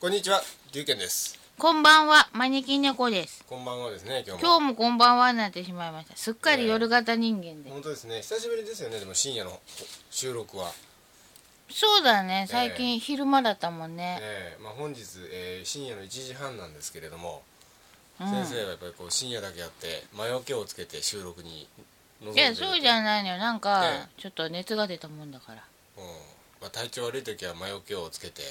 こんにちは、龍賢です。こんばんは、招き猫です。こんばんはですね、今日も。今日もこんばんはになってしまいました。すっかり夜型人間で。本当ですね、久しぶりですよね、でも深夜の収録は。そうだね、最近昼間だったもんね。ええまあ、本日、えー深夜の1時半なんですけれども、うん先生はやっぱりこう深夜だけあって、魔除けをつけて収録に臨んいでるや、そうじゃないのよ。なんかえ、ちょっと熱が出たもんだから。うんまあ、体調悪い時は魔除けをつけて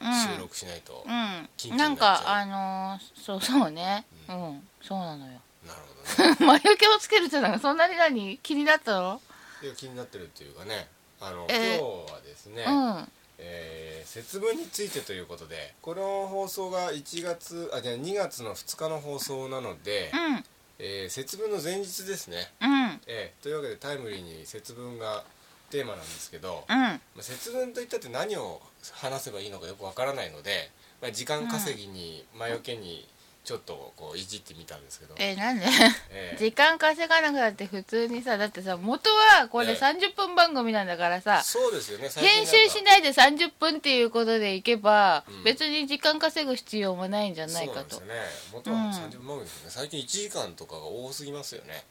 収う録しないと、緊ん。う急ん。にななっんちゃうか、あのーそうそうね。ううん。そうなのよ。 なるほどね魔除けをつけるってのがそんなに何気になったのいや気になってるっていうかねあの、ええ今日はですね、うん。えー節分についてということでこの放送が1月あじゃあ2月の2日の放送なので、うん。えー節分の前日ですね、うん。えーというわけでタイムリーに節分がテーマなんですけど、まうん。あ節分といったって何を話せばいいのかよくわからないので、まあ、時間稼ぎに魔除けにちょっとこういじってみたんですけど、え、なんでえー時間稼がなくなって普通にさだってさ元はこえれえ30分番組なんだからさそうですよね最編近集しなんかないで30分っていうことでいけばうん別に時間稼ぐ必要もないんじゃないかとそうなんですよね元はうん30分番組ですよね、最近1時間とかが多すぎますよね、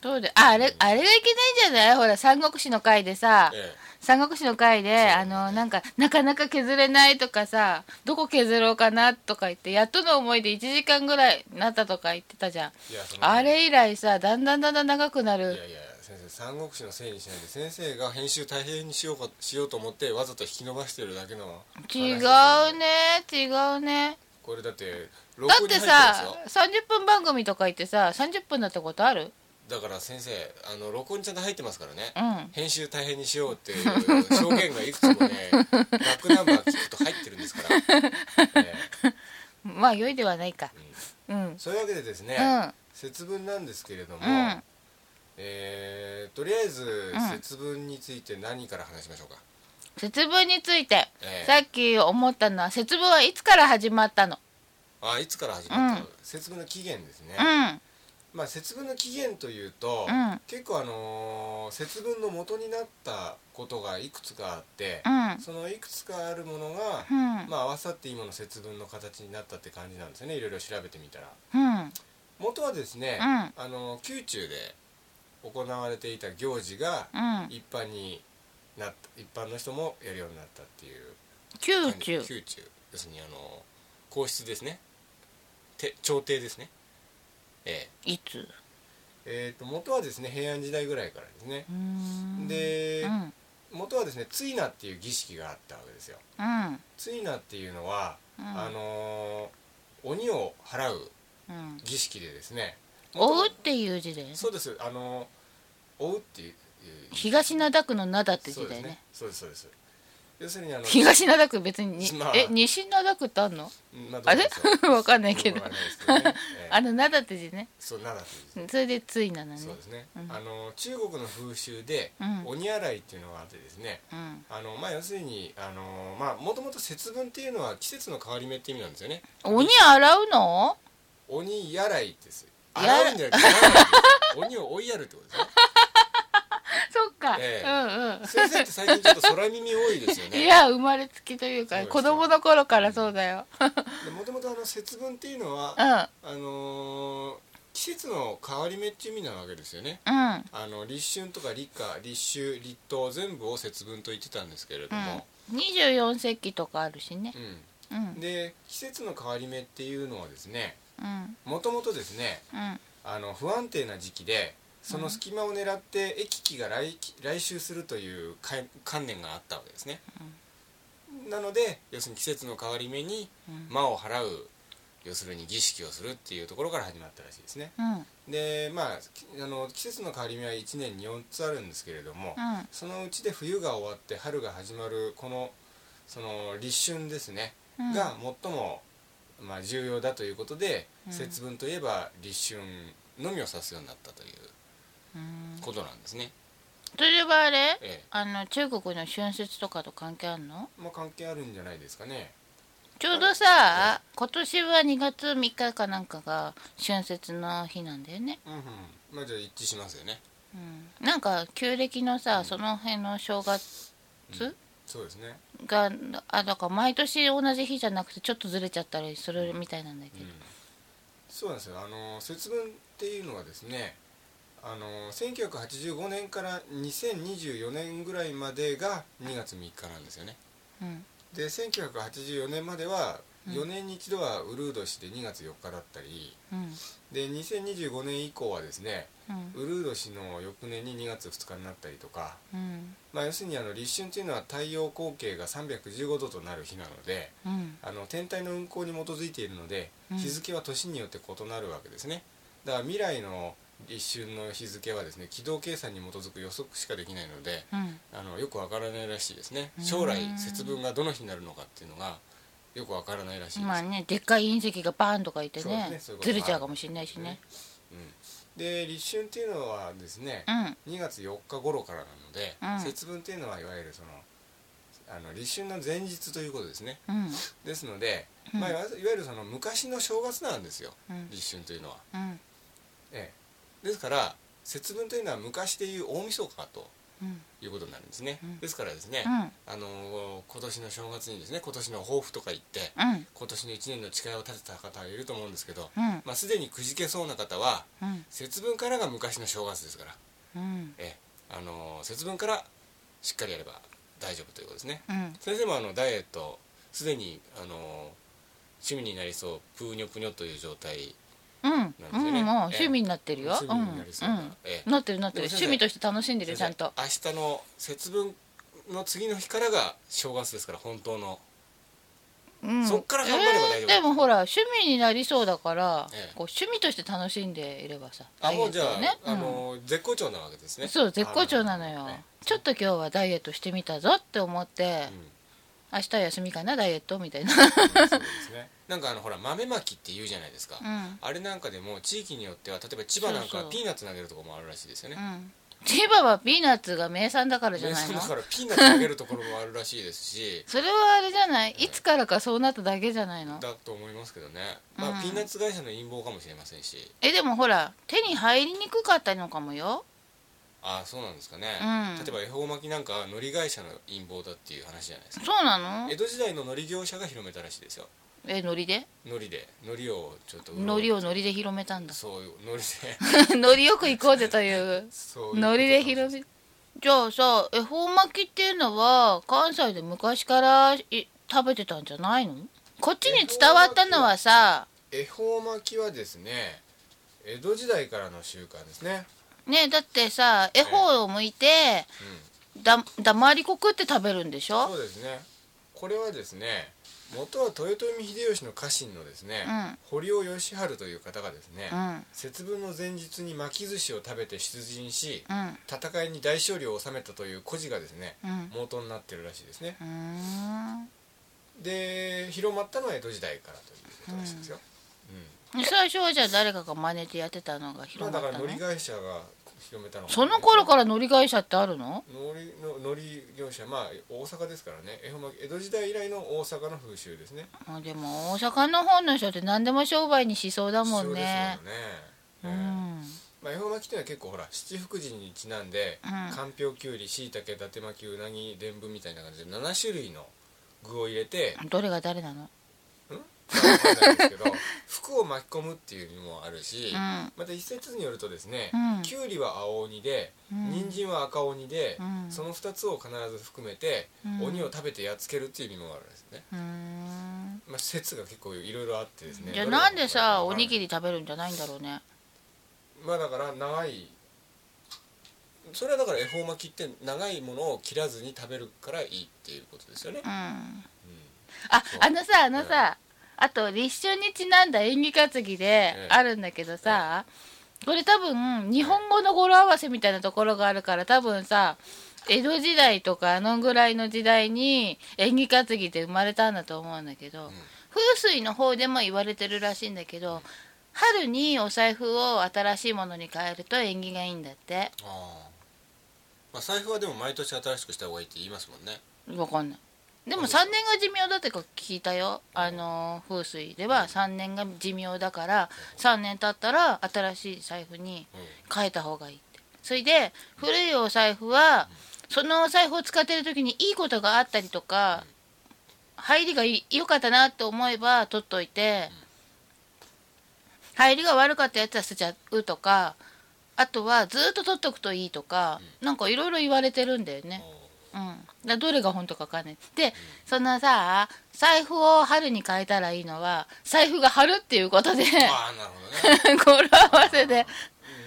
どうでああれあれがいけないんじゃないほら三国志の回でさえ三国志の回でそうあのなんかなかなか削れないとかさどこ削ろうかなとか言ってやっとの思いで1時間ぐらいなったとか言ってたじゃんーいやそのあれ以来さだんだんだんだん長くないるやいや先生三国志のせいにしないで先生が編集大変にしようかしようと思ってわざと引き伸ばしてるだけの違うね違うねこれだって録だ音っにて入さってるんです30分番組とか言ってさ30分だったことあるよだから先生あの録音にちゃんと入ってますからねうん編集大変にしようっていう証言がいくつも ねバックナンバー聞くと入ってるんですから、ええまあ良いではないかうんそういうわけでですね、うん節分なんですけれども、うんえーとりあえずうん節分について何から話しましょうか、節分についてええさっき思ったのは節分はいつから始まったのあいつから始まった、うん節分の起源ですね、うんまあ、節分の起源というと、うん結構あのー節分の元になったことがいくつかあって、うんそのいくつかあるものが、うんまあ、合わさって今の節分の形になったって感じなんですよねいろいろ調べてみたらうん元はですね、うんあのー宮中で行われていた行事がうん一般になった一般の人もやるようになったっていう宮中宮中要するにあのー皇室ですねて朝廷ですねええいつえー、と元はですね平安時代ぐらいからですねうーんでうん元はですねついなっていう儀式があったわけですようんついなっていうのは、うんあのー鬼を払ううん儀式でですね追う元っていう字だよね々そうですあのー追うっていう東灘区の灘ってそう字ですだよねねそうですそうです要するにあの、東灘区別ににまあえ西灘区ってあんのうんまあ、どあうなんれでしょう わかんないけよくどわかんないですけどね、ええあの灘って字ねそうならっていう字それでついなのねそうですね、うんあのー中国の風習で、うん鬼洗いっていうのがあってですね、うんあのまあ要するにあのまあもともと節分っていうのは季節の変わり目って意味なんですよね鬼洗うの鬼やらいですやら洗うんじゃなくてやらいです鬼を追いやるってことですねそっか、ええうんうん先生って最近ちょっと空耳多いですよいねや生まれつきというそうかです子供の頃からそうだよもともとあの節分っていうのはうんうんあのー季節の変わり目っていう意味なわけですよねうんあの立春とか立夏立秋立冬全部を節分と言ってたんですけれども、 24世紀とかあるしねう、うんんで季節の変わり目っていうのはですねうんもともとですねうんあの不安定な時期でその隙間を狙って駅機が来来襲するというかい観念があったわけですね、なので要するに季節の変わり目にうん魔を払う要するに儀式をするっていうところから始まったらしいですねうんでまあきあの季節の変わり目は1年に4つあるんですけれども、うんそのうちで冬が終わって春が始まるこのその立春ですね、うんが最も、まあ、重要だということで、うん節分といえば立春のみを指すようになったといううんことなんですね。それはあれえあの中国の春節とかと関係あるのえまあ、関係あるんじゃないですかね。ちょうどさ今年は2月3日かなんかが春節の日なんだよねうんうん、まあじゃあ一致しますよね。うんなんか旧暦のさその辺の正月、そうですね、があだから毎年同じ日じゃなくてちょっとずれちゃったりするみたいなんだけうんど、、そうなんですよあの節分っていうのはですねあの1985年から2024年ぐらいまでが2月3日なんですよねうんで1984年まではうん4年に一度はウルー年で2月4日だったり、うんで2025年以降はですねうんウルー年の翌年に2月2日になったりとか、うんまあ、要するにあの立春というのは太陽光景が315度となる日なのでうんあの天体の運行に基づいているのでうん日付は年によって異なるわけですねだから未来の立春の日付はですね軌道計算に基づく予測しかできないのでうんあのよくわからないらしいですねうん将来節分がどの日になるのかっていうのがよくわからないらしいです、まあねでっかい隕石がバーンとかいてそうですねねそういうことずれちゃうかもしれないしねうん、で立春っていうのはですねうん2月4日頃からなので、うん節分っていうのはいわゆるそのあの立春の前日ということですねうんですので、うんまあ、いわいわゆるその昔の正月なんですようん立春というのは、うんええ、ですから節分というのは昔でいう大晦日とうんいうことになるんですね、うんですからですね、うんあのー今年の正月にですね今年の抱負とか言ってうん今年の1年の誓いを立てた方がいると思うんですけど、うんまあ、すでにくじけそうな方はうん節分からが昔の正月ですから、うんええあのー節分からしっかりやれば大丈夫ということですねうん先生もあのダイエットすでにあの趣味になりそうプーニョプニョという状態うんなるうほどねんもうええ趣味になってるよ趣味になりそううなんうんええなってるなってでるも先生趣味として楽しんでるよちゃん先と生明日の節分の次の日からが正月ですから本当のうんそっから頑張れば大丈夫えーでもほら趣味になりそうだからええこう趣味として楽しんでいればさあもうじゃダイエットあ,、をねあの絶好調なわけですうねんそう絶好調なのあよねちょっと今日はダイエットしてみたぞって思ってうん明日休みかなダイエットみたいなうんそうですねなんかあのほら豆まきって言うじゃないですか、うんあれなんかでも地域によっては例えば千葉なんかそうそはうピーナッツ投げるとこもあるらしいですよねうん千葉はピーナッツが名産だからじゃねないそうのだからピーナッツ投げるところもあるらしいですしそれはあれじゃないいつからかそうなっただけじゃないのだと思いますけどね、うまんあ、ピーナッツ会社の陰謀かもしれませんしえでもほら手に入りにくかったのかもよああそうなんですかね、う例んえば恵方巻きなんかは海苔会社の陰謀だっていう話じゃないですかそうなの江戸時代の海苔業者が広めたらしいですよえ海苔で海苔で海苔をちょっと海苔を海苔で広めたんだ そういう海苔で海苔よく行こうぜというそういうこと海苔で広めじゃあさ恵方巻きっていうのは関西で昔からい食べてたんじゃないのこっちに伝わったのはさ恵方巻きはですね江戸時代からの習慣ですね、ねだってさ恵方を剥いてうだ黙りこくって食べるんでしん、そょうですねこれはですね元は豊臣秀吉の家臣のですね、うん堀尾義晴という方がですね、うんうん節分の前日に巻き寿司を食べて出陣し戦いに大勝利を収めたという故事がですねうん元になってるらしいですねうーんで広まったのは江戸時代からということらしいですよ、うん最初はじゃあ誰かが真似てやってたのがまあ広だかまっらた乗のり会社が広めたのかなその頃から乗り会社ってあるの乗りの乗り業者まあ大阪ですからね恵方巻き江戸時代以来の大阪の風習ですねあでも大阪の方の人って何でも商売にしそうだもんねそうですうもんね、うんんまあ、恵方巻きっていうのは結構ほら七福神にちなんで、うんかんぴょうきゅうりしいたけ伊達巻きうなぎでんぶみたいな感じで7種類の具を入れ てどれが誰なのわかんないですけど服を巻き込むっていうのもあるし、うんまた一説によるとですね、うんきゅうりは青鬼で、うん人参は赤鬼で、うんその2つを必ず含めて、うん鬼を食べてやっつけるっていう意味もあるんですね、うーんまあ、説が結構いろいろあってですねじゃあなんでさおどれにが本当かわかんないぎり食べるんじゃないんだろうねまあだから長いそれはだから恵方巻きって長いものを切らずに食べるからいいっていうことですよねう、んあうんあのさあのさあと立春にちなんだ縁起担ぎでええあるんだけどさこれ多分日本語の語呂合わせみたいなところがあるから多分さ江戸時代とかあのぐらいの時代に縁起担ぎって生まれたんだと思うんだけど、ん風水の方でも言われてるらしいんだけど春にお財布を新しいものに変えると縁起がいいんだってああまあ財布はでも毎年新しくした方がいいって言いますもんねわかんないでも3そうですか年が寿命だってか聞いたよあの風水では3年が寿命だから3年経ったら新しい財布にうん変えた方がいいってそれで古いお財布はそのお財布を使ってる時にいいことがあったりとか入りがいい良かったなと思えば取っといて入りが悪かったやつは捨てちゃうとかあとはずっと取っとくといいとかなんかいろいろ言われてるんだよね。うん、だからどれが本当かわかんないでそのさ財布を春に変えたらいいのは財布が春っていうことでああなるほどね 語呂合わせで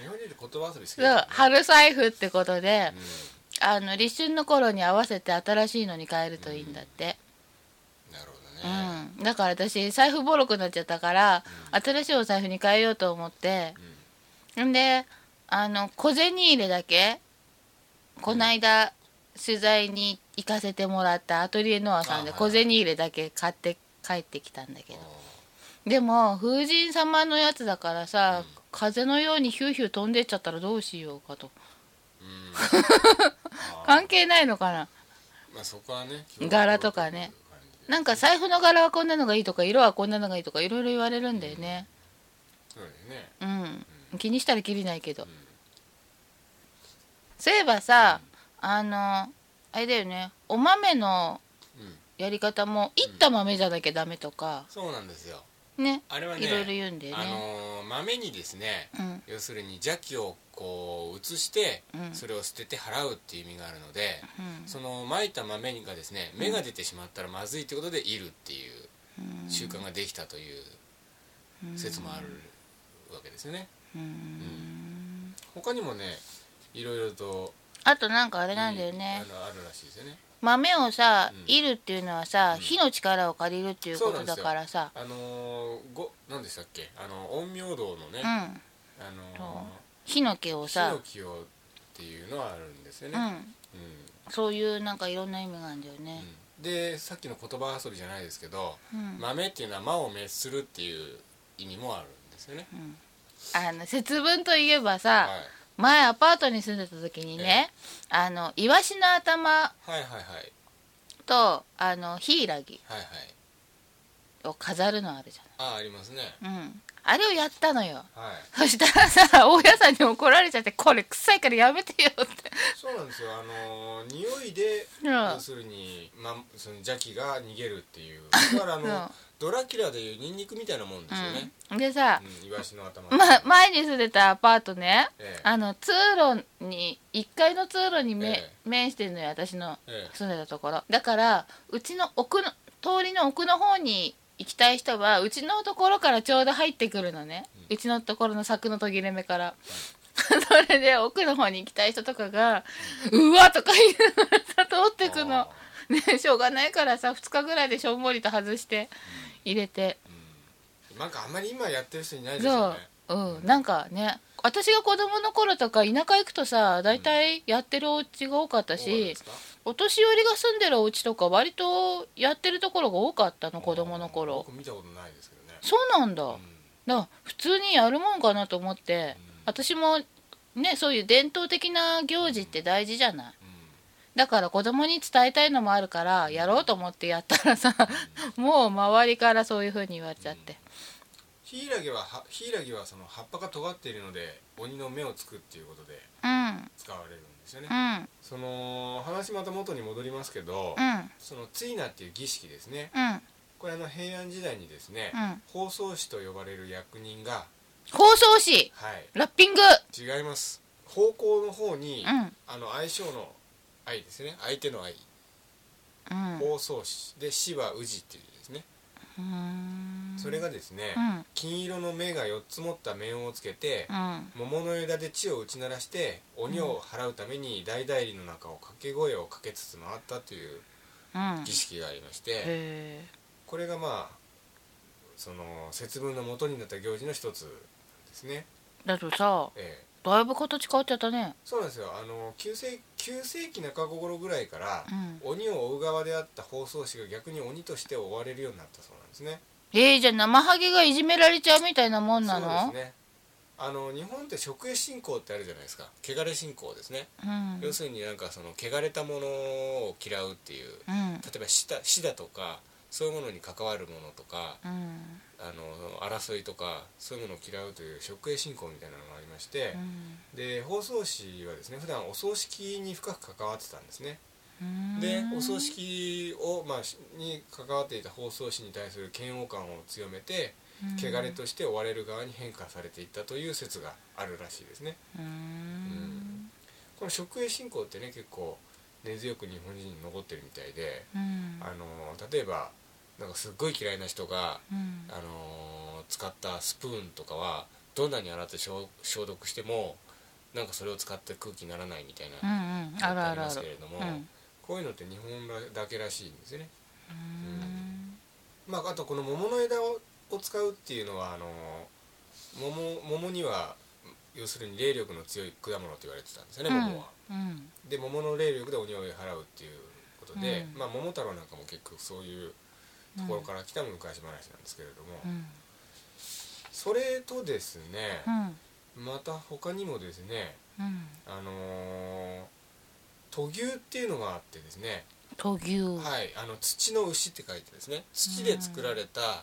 うん日本人で言葉遊び好きそうだからね春財布ってことでうんあの立春の頃に合わせて新しいのに変えるといいんだって、なるほどうねんだから私財布ボロくなっちゃったから新しいお財布に変えようと思ってうんんであの小銭入れだけこないだ取材に行かせてもらったアトリエノアさんであ小銭入れだけ買って帰ってきたんだけどでも風神様のやつだからさ、うん風のようにヒューヒュー飛んでっちゃったらどうしようかとうんあ 関係ないのかなーまあそこはね柄とかねなんか財布の柄はこんなのがいいとか色はこんなのがいいとかいろいろ言われるんだよねそうだよねうん気にしたらきりないけど、んそういえばさ、あのあれだよねお豆のうんやり方もいった豆じゃなきゃダメとかそうなんですよねあれはねいろいろ言うんだよあね、のー豆にですねうん要するに邪気をこう移してうんそれを捨てて払うっていう意味があるのでうんそのまいた豆がですね芽が出てしまったらまずいってことでいるっていううん習慣ができたという説もあるわけですよねうん他にもねいろいろとあとなんかあれなんだよね、あのあるらしいですよね豆をさ、うんいるっていうのはさ、ん火の力を借りるっていうことだからさあのーご何でしたっけあの陰陽道のねう、んあのそ火の毛をー、ヒさノキをっていうのはあるんですようね、んうんそういうなんかいろんな意味があるんだよね、でさっきの言葉遊びじゃないですけどうん「豆」っていうのは「魔を滅する」っていう意味もあるんですよね。あの節分といえばさ、はい、前アパートに住んでた時にね、あのイワシの頭はいはいはいとあのヒイラギはいはいを飾るのあるじああありますねゃん、うん、あれをやったのよはいそしたらさ大家さんに怒られちゃって「これ臭いからやめてよ」って、そうなんですよあのー匂いでうん要するに、ま、その邪気が逃げるっていうだからあの、うんドラキュラでいうニンニクみたいなもんですよね、うん、でさ、うんイワシの頭ま、前に住んでたアパートね、ええあの通路に1階の通路にめ、え面してるのよ私のええ住んでたところだからうちの奥の通りの奥の方に行きたい人はうちのところからちょうど入ってくるのね、うちのところの柵の途切れ目から、 それで奥の方に行きたい人とかが「うわ!」とか言いながらさ通ってくのあねしょうがないからさ2日ぐらいでしょんぼりと外して入れて。ーなんかあんまり今やってる人いないですよそうね、うん、なんかね私が子供の頃とか田舎行くとさ大体やってるお家が多かったそうなんでしすかお年寄りが住んでるお家とか割とやってるところが多かったの子供のあー頃僕見たことないですけどねそうなんだだうかんら普通にやるもんかなと思ってうん私もねそういう伝統的な行事って大事じゃないだから子供に伝えたいのもあるからやろうと思ってやったらさもう周りからそういう風に言われちゃってヒイラギははヒイラギはその葉っぱが尖っているので鬼の目をつくっていうことでうん使われるんですよね、うんその話また元に戻りますけど、うんそのツイナっていう儀式ですねうんこれあの平安時代にですね、うん包装師と呼ばれる役人が包装紙はいラッピング違います方向の方に、うんあの相性の愛ですね相手の愛うん包装師で死は宇治っていうですねうーんそれがですね、うん金色の目が4つ持った面をつけて、うん桃の枝で血を打ち鳴らして鬼を払うために大代理の中を掛け声をかけつつ回ったといううん儀式がありましてへーこれがまあその節分の元になった行事の一つですね、だとさええ、だいぶ形変わっちゃったねそうなんですよあの9世 ,9 世紀中頃ぐらいからうん鬼を追う側であった包装師が逆に鬼として追われるようになったそうなんですねえー、じゃあ生ハゲがいじめられちゃうみたいなもんなのそうですねあの日本って職営信仰ってあるじゃないですか汚れ信仰ですねうん要するになんかその汚れたものを嫌うっていううん例えば死だ死だとかそういうものに関わるものとかうんあの争いとかそういうものを嫌うという職営信仰みたいなのがありまして、で放送師はですね普段お葬式に深く関わってたんですねうんでうんお葬式を、まあ、しに関わっていた放送師に対する嫌悪感を強めてうん汚れとして追われる側に変化されていったという説があるらしいですねうーんこの職営信仰ってね結構根強く日本人に残ってるみたいでうんあの例えばなんかすっごい嫌いな人がうんあのー使ったスプーンとかはどんなに洗って消消毒してもなんかそれを使って空気にならないみたいうんなうんあるありるまあするけれども、うんうこういうのって日本らだけらしいんですよね。ーんまあ、あとこの桃の枝をを使うっていうのはあのー桃桃には要するに霊力の強い果物と言われてたんですよね、桃は。うんで桃の霊力で鬼を追い払うっていうことで、うんまあ、桃太郎なんかも結局そういうところから来た昔話なんですけれども、うんそれとですね、うんまた他にもですねうんあのー都牛っていうのがあってですね、闘牛うんはいあの土の牛って書いてですね土で作られた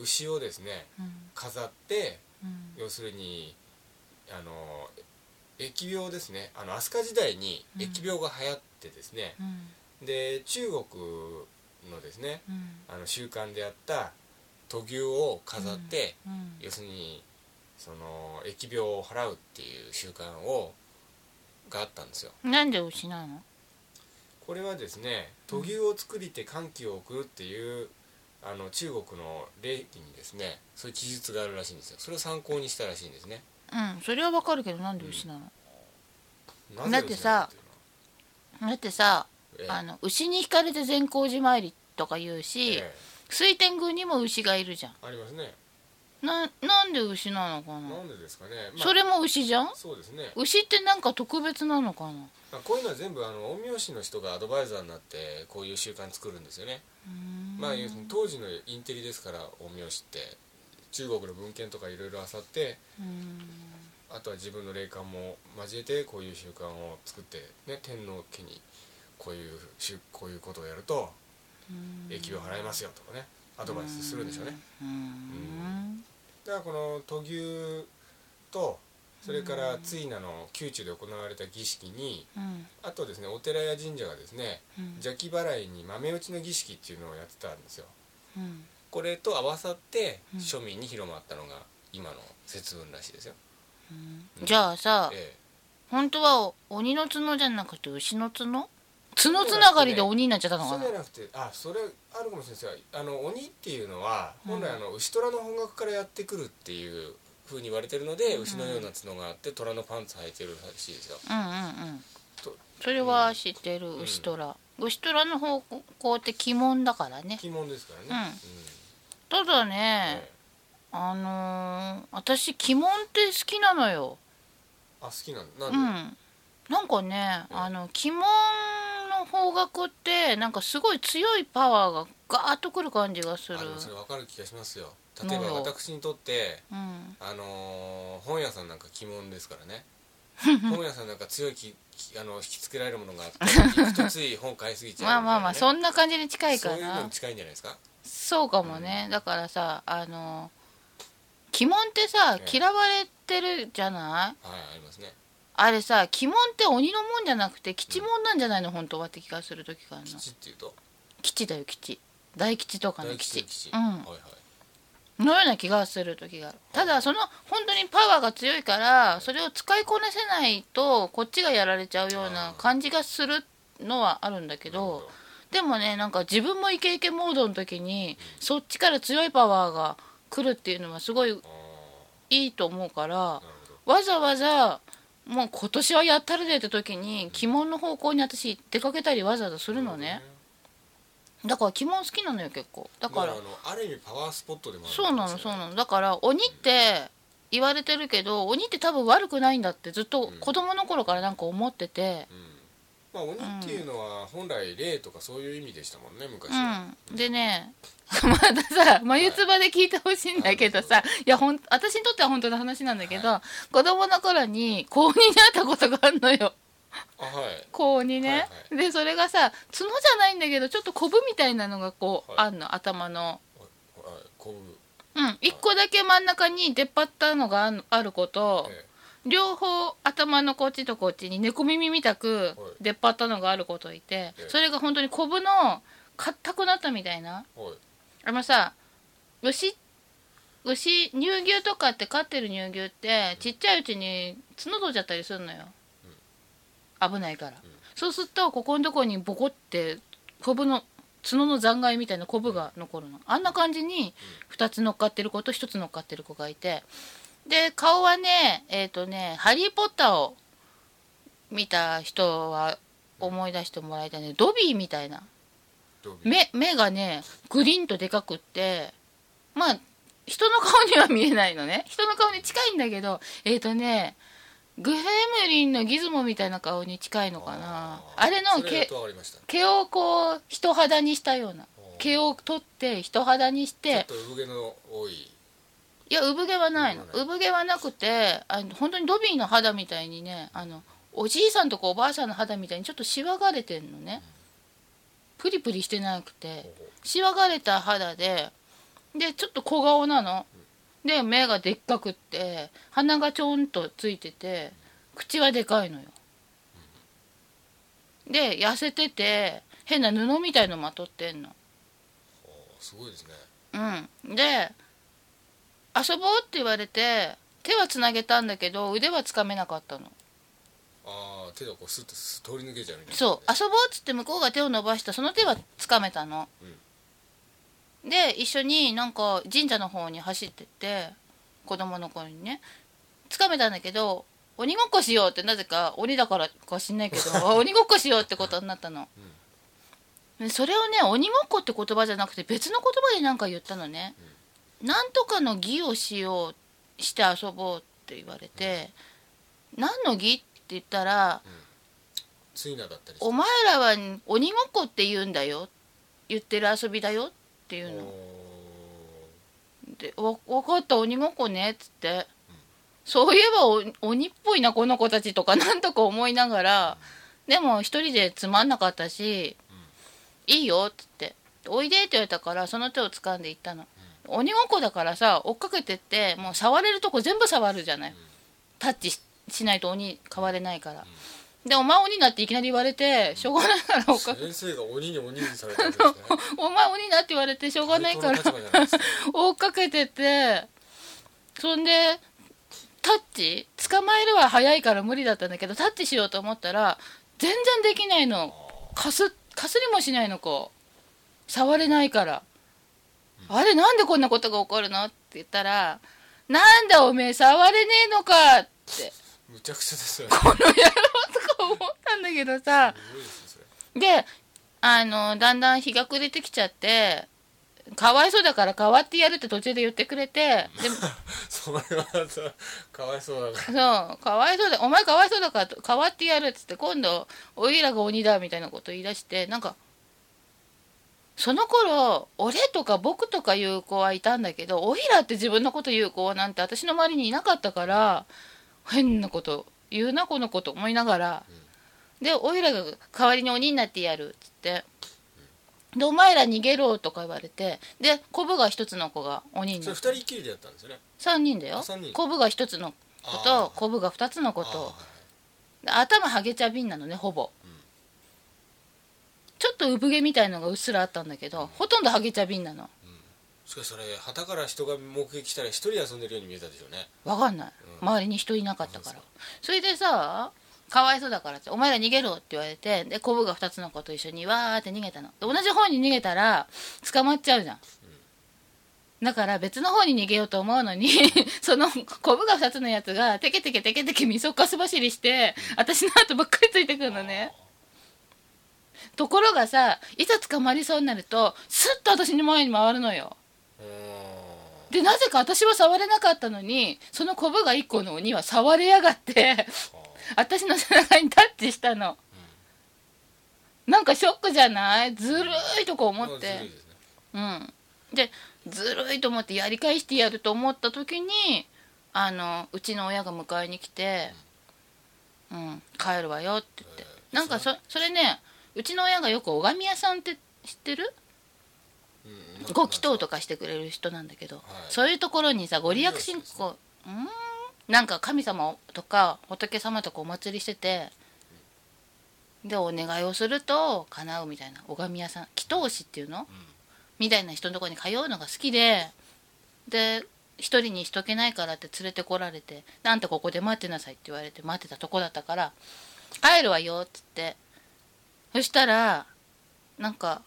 牛をですねうん飾ってうん要するにあのー疫病ですねあの飛鳥時代に疫病が流行ってですね、うんで中国のですねうんあの習慣であった都牛を飾って、うん要するにその疫病を払うっていう習慣をがあったんですよなんで牛なのこれはですね都牛を作りて歓喜を送るっていうあの中国の礼儀にですねそういう記述があるらしいんですよそれを参考にしたらしいんですねうんそれはわかるけどなんで牛なのなだってさだってさ牛なあんての牛に惹かれて善光寺参りとかい言ううのはええしえ水天宮にも牛がいるじゃんえありますねななんで牛なのかななんでですかね、まあ、それも牛じゃんそうですね、牛ってなんか特別なのかなまあ、こういうのは全部あの陰陽師の人がアドバイザーになってこういう習慣作るんですよねまあ要するに当時のインテリですから陰陽師って中国の文献とかいろいろあさってあとは自分の霊感も交えてこういう習慣を作って、ね、天皇家にこういうしゅこういうことをやると疫病払いますよとかねアドバイスするんでしょうねうんだからこの都牛とそれからついなの宮中で行われた儀式にうんあとですねお寺や神社がですねうん邪気払いに豆打ちの儀式っていうのをやってたんですようんこれと合わさってうん庶民に広まったのが今の節分らしいですよ、じゃあさえ本当は鬼の角じゃなくて牛の角角つながりで鬼になっちゃっえたのそかうなじゃなくてあそれあるかもしれないですよあの鬼っていうのはうん本来あの牛虎の本格からやってくるっていう風に言われてるので、うん牛のような角があって虎のパンツ履いてるらしいですようんうんうんとそれは知ってるん牛虎牛虎の方向って鬼門だからね鬼門ですからね、ただうんねええあのー私鬼門って好きなのよあ好きなんうなんんで、なんかねええあの鬼門の方角ってなんかすごい強いパワーがガーッとくる感じがするあでもそれ分かる気がしますよ例えばうん私にとってうんあのー本屋さんなんか鬼門です からね本屋さんなんか強いききあの引きつけられるものがあって 行くとつい本買いすぎちゃう、まあまあまあそんな感じに近いそかういうのなに近いんじゃないですかそうかもね、だからさあの鬼門ってさええ嫌われてるじゃないはいありますねあれさ鬼門って鬼のもんじゃなくて吉門なんじゃないの本当はって気がする時があるの吉っていうと吉だよ吉大吉とかの大吉吉吉、うんはいはいのような気がする時があるただその本当にパワーが強いからそれを使いこなせないとこっちがやられちゃうような感じがするのはあるんだけなるほどでもねなんか自分もイケイケモードの時にそっちから強いパワーが来るっていうのはすごいあいいと思うからあなるほどわざわざもう今年はやったるでって時に鬼門の方向に私出かけたりわざわざするのねだから鬼門好きなのよ結構だだかかららあのある意味パワースポットでもあるそうなのそうのなのだから鬼って言われてるけど鬼って多分悪くないんだってずっと子供の頃からなんか思っててまあ鬼っていうのは本来霊とかそういう意味でしたもんね昔うは、ん、でね またさ眉唾で聞いてほしいんだけどさ、い、やほん私にとっては本当の話なんだけど、子供の頃に高2になったことがあるのよあはい高2ね、はいでそれがさ角じゃないんだけどちょっとコブみたいなのがこう、はいあんの頭のはいこぶうん一個だけ真ん中に出っ張ったのがあんあること、え両方頭のこっちとこっちに猫耳みたく出っ張ったのがあることいて、ええそれが本当にコブの硬くなったみたいなえはいあのさ牛牛乳牛とかって飼ってる乳牛ってちっちゃいうちに角取っちゃったりするのよ、危ないから、そうするとここのとこにボコってコブの角の残骸みたいなコブが残るのあんな感じに2つ乗っかってる子と1つ乗っかってる子がいてで顔はねえっ、とね「ハリー・ポッター」を見た人は思い出してもらいたいねドビーみたいなドビー目目がねグリンとでかくってまあ人の顔には見えないのね人の顔に近いんだけどえっ、とねグヘムリンのギズモみたいな顔に近いのかなあーれのそれやっ毛とわかりました毛をこう人肌にしたようなあー毛を取って人肌にしちょってと産毛の多いいや産毛はないの産毛は産毛はなくてあの本当にドビーの肌みたいにねあのおじいさんとかおばあさんの肌みたいにちょっとしわがれてんのねプリプリしてなくてほうほしわがれた肌ででちょっと小顔なので目がでっかくって鼻がちょんとついてて口はでかいのよで痩せてて変な布みたいのまとってんのうほうすごいですねうんで遊ぼうって言われて手はつなげたんだけど腕はつかめなかったのああ手でこうスッとスッと通り抜けちゃうみたいなそう遊ぼうっつって向こうが手を伸ばしたその手はつかめたの、で一緒になんか神社の方に走ってって子供の頃にねつかめたんだけど鬼ごっこしようってなぜか鬼だからか知んないけど鬼ごっこしようってことになったの、でそれをね鬼ごっこって言葉じゃなくて別の言葉でなんか言ったのね、なんとかの儀をしようして遊ぼうって言われて、何の儀って言ったらついなだったりしてお前らは鬼ごっこって言うんだよ言ってる遊びだよっていうので「わ分かった鬼ごっこね」っつって、そういえばお鬼っぽいなこの子たちとか なんとか思いながら、でも一人でつまんなかったし「いいよ」っつって「おいで」って言われたからその手を掴んでいったの、鬼ごっこだからさ追っかけてってもう触れるとこ全部触るじゃない、タッチししないと鬼変われないから、でお前鬼なっていきなり言われてしょうがないから追っかけ先生が鬼に鬼にされたんですね お前鬼だって言われてしょうがないか本ら当の立場じゃないですね追っかけてってそんでタッチ捕まえるは早いから無理だったんだけどタッチしようと思ったら全然できないのかすかすりもしないのこう触れないから、あれなんでこんなことが起こるのって言ったら「なんだおめえ触れねえのか」ってむちゃくちゃですよねこの野郎とか思ったんだけどさ、すごいですねそれであのだんだん日が暮れてきちゃってかわいそうだから代わってやるって途中で言ってくれてでそれはまたかわいそうだかそうかわいそうだお前かわいそうだから代わってやるっつって今度おいらが鬼だみたいなこと言い出してなんかその頃俺とか僕とかいう子はいたんだけどおいらって自分のこと言う子なんて私の周りにいなかったから変なこと言うなこの子と思いながら、でおいらが代わりに鬼になってやるっつって。でお前ら逃げろとか言われてでコブが一つの子が鬼にらなそれっ二人てっきりでやったんですよね3人だよあ三人コブが一つの子とあーコブが二つの子あーとはいで頭ハゲちゃびんなのねほぼ、ちょっと産毛みたいのがうっすらあったんだけどほとんどハゲちゃびんなのしかしそれ旗から人が目撃したら一人で遊んでるように見えたでしょうねわかんない、うん周りに人いなかったかそうらでそれでさかわいそうだからって「お前ら逃げろ」って言われてでコブが2つの子と一緒にわーって逃げたので同じ方に逃げたら捕まっちゃうじゃん、だから別の方に逃げようと思うのに そのコブが2つのやつがテケテケテケテケみそかす走りして私の後ばっかりついてくるのねところがさいざ捕まりそうになるとスッと私の前に回るのようーんでなぜか私は触れなかったのにそのコブが1個の鬼は触れやがって 私の背中にタッチしたの、なんかショックじゃないずるいとか思まあっずるいてですねうんでずるいと思ってやり返してやると思った時にあのうちの親が迎えに来て「うん帰るわよ」って言って、えなんかそそれねうちの親がよく拝み屋さんって知ってるうんご祈祷とかしてくれる人なんだけど、そういうところにさご利益信仰うーんなんか神様とか仏様とかお祭りしててでお願いをすると叶うみたいな拝み屋さん祈祷師っていうの、みたいな人のとこに通うのが好きでで一人にしとけないからって連れてこられて「なんとここで待ってなさい」って言われて待ってたとこだったから「帰るわよ」っつってそしたらなんか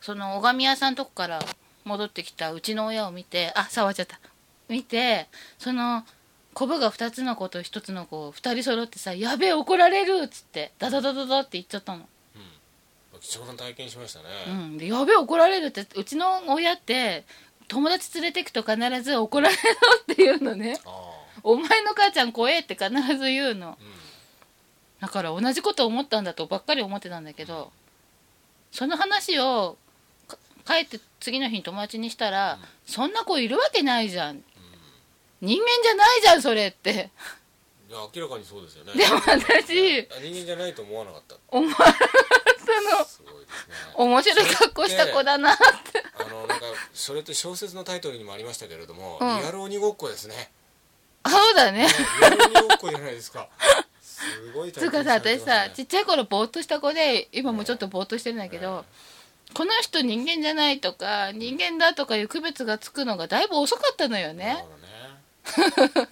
その拝み屋さんとこから戻ってきたうちの親を見てあ触っちゃった見てそのコブが2つの子と1つの子2人揃ってさ「やべえ怒られる」っつってダダダダダって言っちゃったの。貴重な体験しましたね、うん、でやべえ怒られるってうちの親って友達連れてくと必ず怒られろって言うのねああお前の母ちゃん怖えって必ず言うのうんだから同じこと思ったんだとばっかり思ってたんだけどその話をか帰って次の日に友達にしたら、うんそんな子いるわけないじゃん人間じゃないじゃんそれっていや明らかにそうですよねでも私あ人間じゃないと思わなかった思わなかったのすごいですね面白い格好した子だなってあのなんかそれって小説のタイトルにもありましたけれども、うんリアル鬼ごっこですねねあそうだねリアル鬼ごっこじゃないですかすごいつう験かさされて私ますねさちっちゃい頃ぼーっとした子で今もちょっとぼーっとしてるんだけど、この人人間じゃないとか人間だとかいう区別がつくのがだいぶ遅かったのよなるねほどね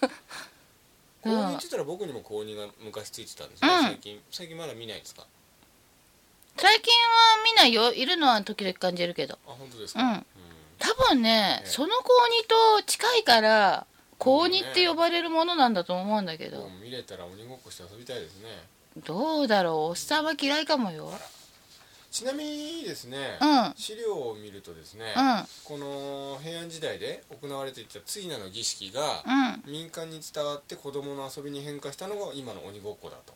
うん公認って言ったら僕にも公認が昔ついてたんですね、うん最近最近まだ見ないですか最近は見ないよいるのは時々感じるけどあ本当ですかうん多分ね、ええその高2と近いから高2って呼ばれるものなんだと思うんだけうんもどう見れたら鬼ごっこして遊びたいですねどうだろうおっさんは嫌いかもよちなみにですね、うん資料を見るとですね、うんうんこの平安時代で行われていた追名の儀式が民間に伝わって子供の遊びに変化したのが今の鬼ごっこだと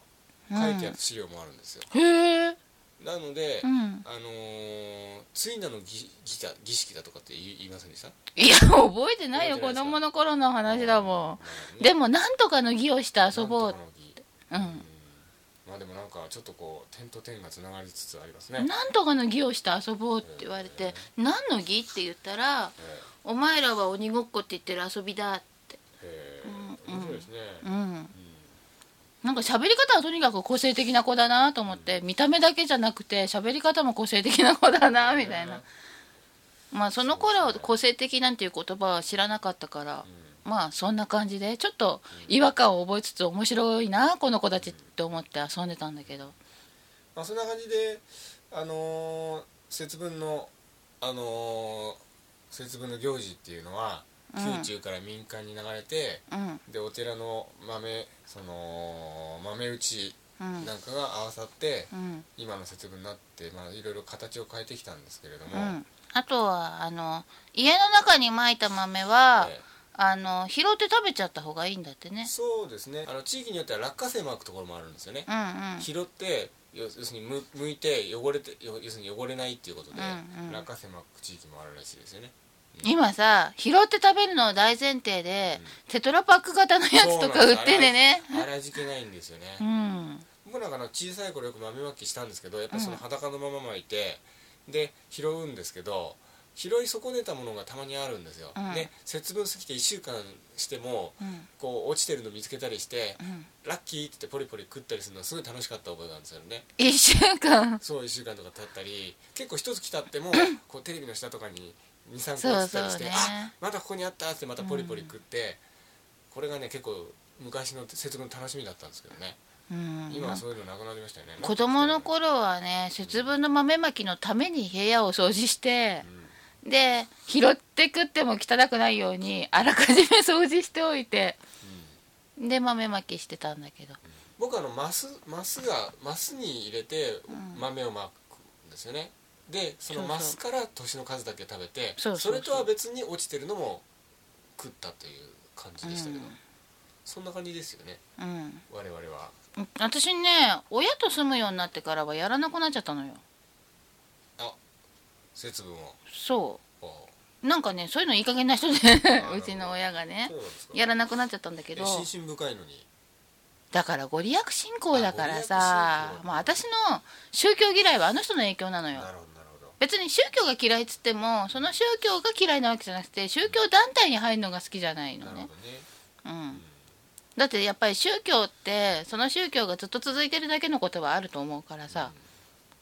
書いてある資料もあるんですよ、うんへえなので、うんあのー追名の儀儀だ儀式だとかって言い言いませんでしたいや覚えてないよ覚えてないですか子供の頃の話だもんねでもなんとかの儀をして遊なぼんうとかの儀うんまあでもなんかちょっとこう点と点がつながりつつありますね、なんとかの儀をして遊ぼうって言われて「何の儀?」って言ったらええ「お前らは鬼ごっこって言ってる遊びだ」ってへうえん面白いですね、うんうんなんか喋り方はとにかく個性的な子だなと思って見た目だけじゃなくて喋り方も個性的な子だなみたいなまあその頃は個性的なんていう言葉は知らなかったからうまあそんな感じでちょっと違和感を覚えつつ面白いなこの子たちって思って遊んでたんだけどまあ、そんな感じで、あのー節分の、あのー節分の行事っていうのはうん宮中から民間に流れて、うんでお寺の豆その豆打ちうんなんかが合わさって、うん今の節分になって、まあ、いろいろ形を変えてきたんですけれども、うんあとはあの家の中にまいた豆は、えあの拾って食べちゃった方がいいんだってえねそうですねあの地域によっては落花生巻くところもあるんですよねう、んうん拾って要要するにむ剥いて汚れて要要するに汚れないっていうことで、うんうん落花生巻く地域もあるらしいですよね今さ拾って食べるのを大前提で、うんテトラパック型のやつとか売ってんでねそうなんですあれ味気ないんですよね、うん僕なんかあの小さい頃よく豆まきしたんですけどやっぱその裸のまま巻いてで拾うんですけど拾い損ねたものがたまにあるんですよ、うんで節分過ぎて1週間してもうんこう落ちてるの見つけたりしてうんラッキーって言ってポリポリ食ったりするのがすごい楽しかった覚えがあるんですよね一週間そう1週間とか経ったり結構一月経って もこうテレビの下とかに23個そ落うちてそうたりして、ねあまだここにあったってまたポリポリ食って、これがね結構昔の節分の楽しみだったんですけどねうん今はそういうのなくなりましたよね子供の、頃はね節分の豆まきのために部屋を掃除してうんで拾って食っても汚くないようにあらかじめ掃除しておいてで豆まきしてたんだけど僕あのマスマスがマスに入れてうん豆をまくんですよね、でそのそうそうマスから年の数だけ食べてそうそうそうれとは別に落ちてるのも食ったという感じでしたけど、うんそんな感じですよねうん我々は私ね親と住むようになってからはやらなくなっちゃったのよ節分をそあうなんかねそういうのいい加減な人 でほどうちの親があねそうなんですかやらなくなっちゃったんだけえど心身深いのにだからご利益信仰だあからご利益信さ仰まあ私の宗教嫌いはあの人の影響なのよなるほどなるほど別に宗教が嫌いっつってもその宗教が嫌いなわけじゃなくて宗教団体に入るのが好きじゃないのなるほねど、ねうん、だってやっぱり宗教ってその宗教がずっと続いてるだけのことはあると思うからさ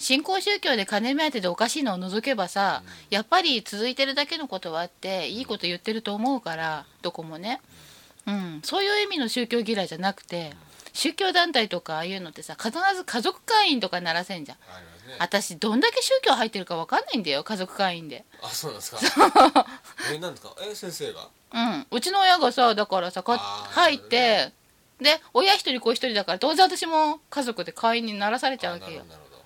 新興宗教で金目当てでおかしいのを除けばさやっぱり続いてるだけのことはあっていいこと言ってると思うからどこもね、うん、そういう意味の宗教嫌いじゃなくて宗教団体とかああいうのってさ必ず家族会員とかならせんじゃん。ありますね私どんだけ宗教入ってるかわかんないんだよ家族会員であそうなんですかえなんですかえ先生がうんうちの親がさだからさかあー入ってで親一人子一人だから当然私も家族で会員にならされちゃうあわなけるよほどなるほど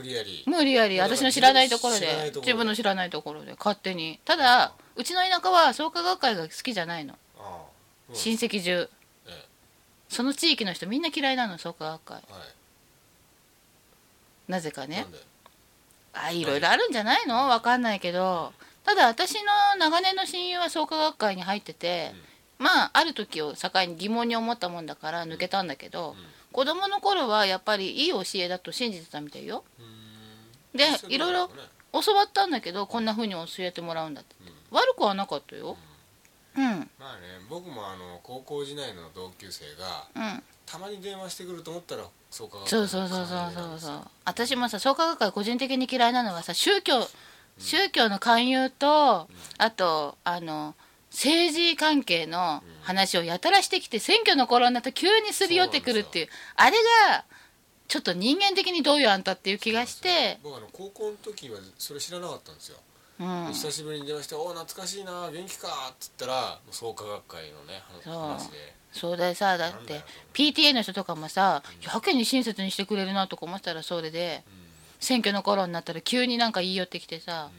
無理やり無理やりだから私の知らないところ知らないでところで自分の知らないところで勝手にただうちの田舎は創価学会が好きじゃないのああ親戚中えその地域の人みんな嫌いなの創価学会えはいなぜかねなんであいろいろあるんじゃないのわかんないけどただ私の長年の親友は創価学会に入ってて、まあある時を境に疑問に思ったもんだから抜けたんだけど、ん子供の頃はやっぱりいい教えだと信じてたみたいようーんでそういうろいろことなのかね教わったんだけどこんな風に教えてもらうんだって、悪くはなかったようんうんまあね僕もあの高校時代の同級生がたまに電話してくると思ったらそうかそうそうそうそうそうそう私もさ創価学会個人的に嫌いなのはさ宗教宗教の勧誘と、あとあの政治関係の話をやたらしてきて選挙の頃になると急にすり寄ってくるっていうあれがちょっと人間的にどういうあんたっていう気がして僕あの高校の時はそれ知らなかったんですよ、うん久しぶりに電話して「おお懐かしいな元気か」っつったらもう創価学会のねそう話でそうだよさだっなんだてよそ PTA の人とかもさやけに親切にしてくれるなとか思ってたらそれで選挙の頃になったら急になんか言い寄ってきてさ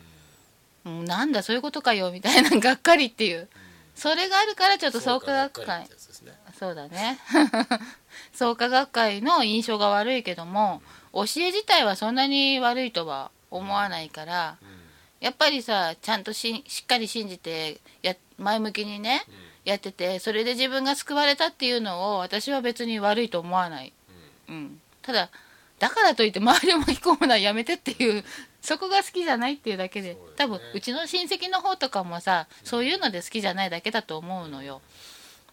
うんなんだそういうことかよみたいながっかりっていうそれがあるからちょっと創価学創会ってやつですねそうだね 創価学会の印象が悪いけども教え自体はそんなに悪いとは思わないからうんやっぱりさちゃんとししっかり信じてや前向きにねうんやっててそれで自分が救われたっていうのを私は別に悪いと思わない、うん、ただだからといって周りを巻き込むのはやめてっていうそこが好きじゃないっていうだけでそうですね多分うちの親戚の方とかもさそういうので好きじゃないだけだと思うのよ、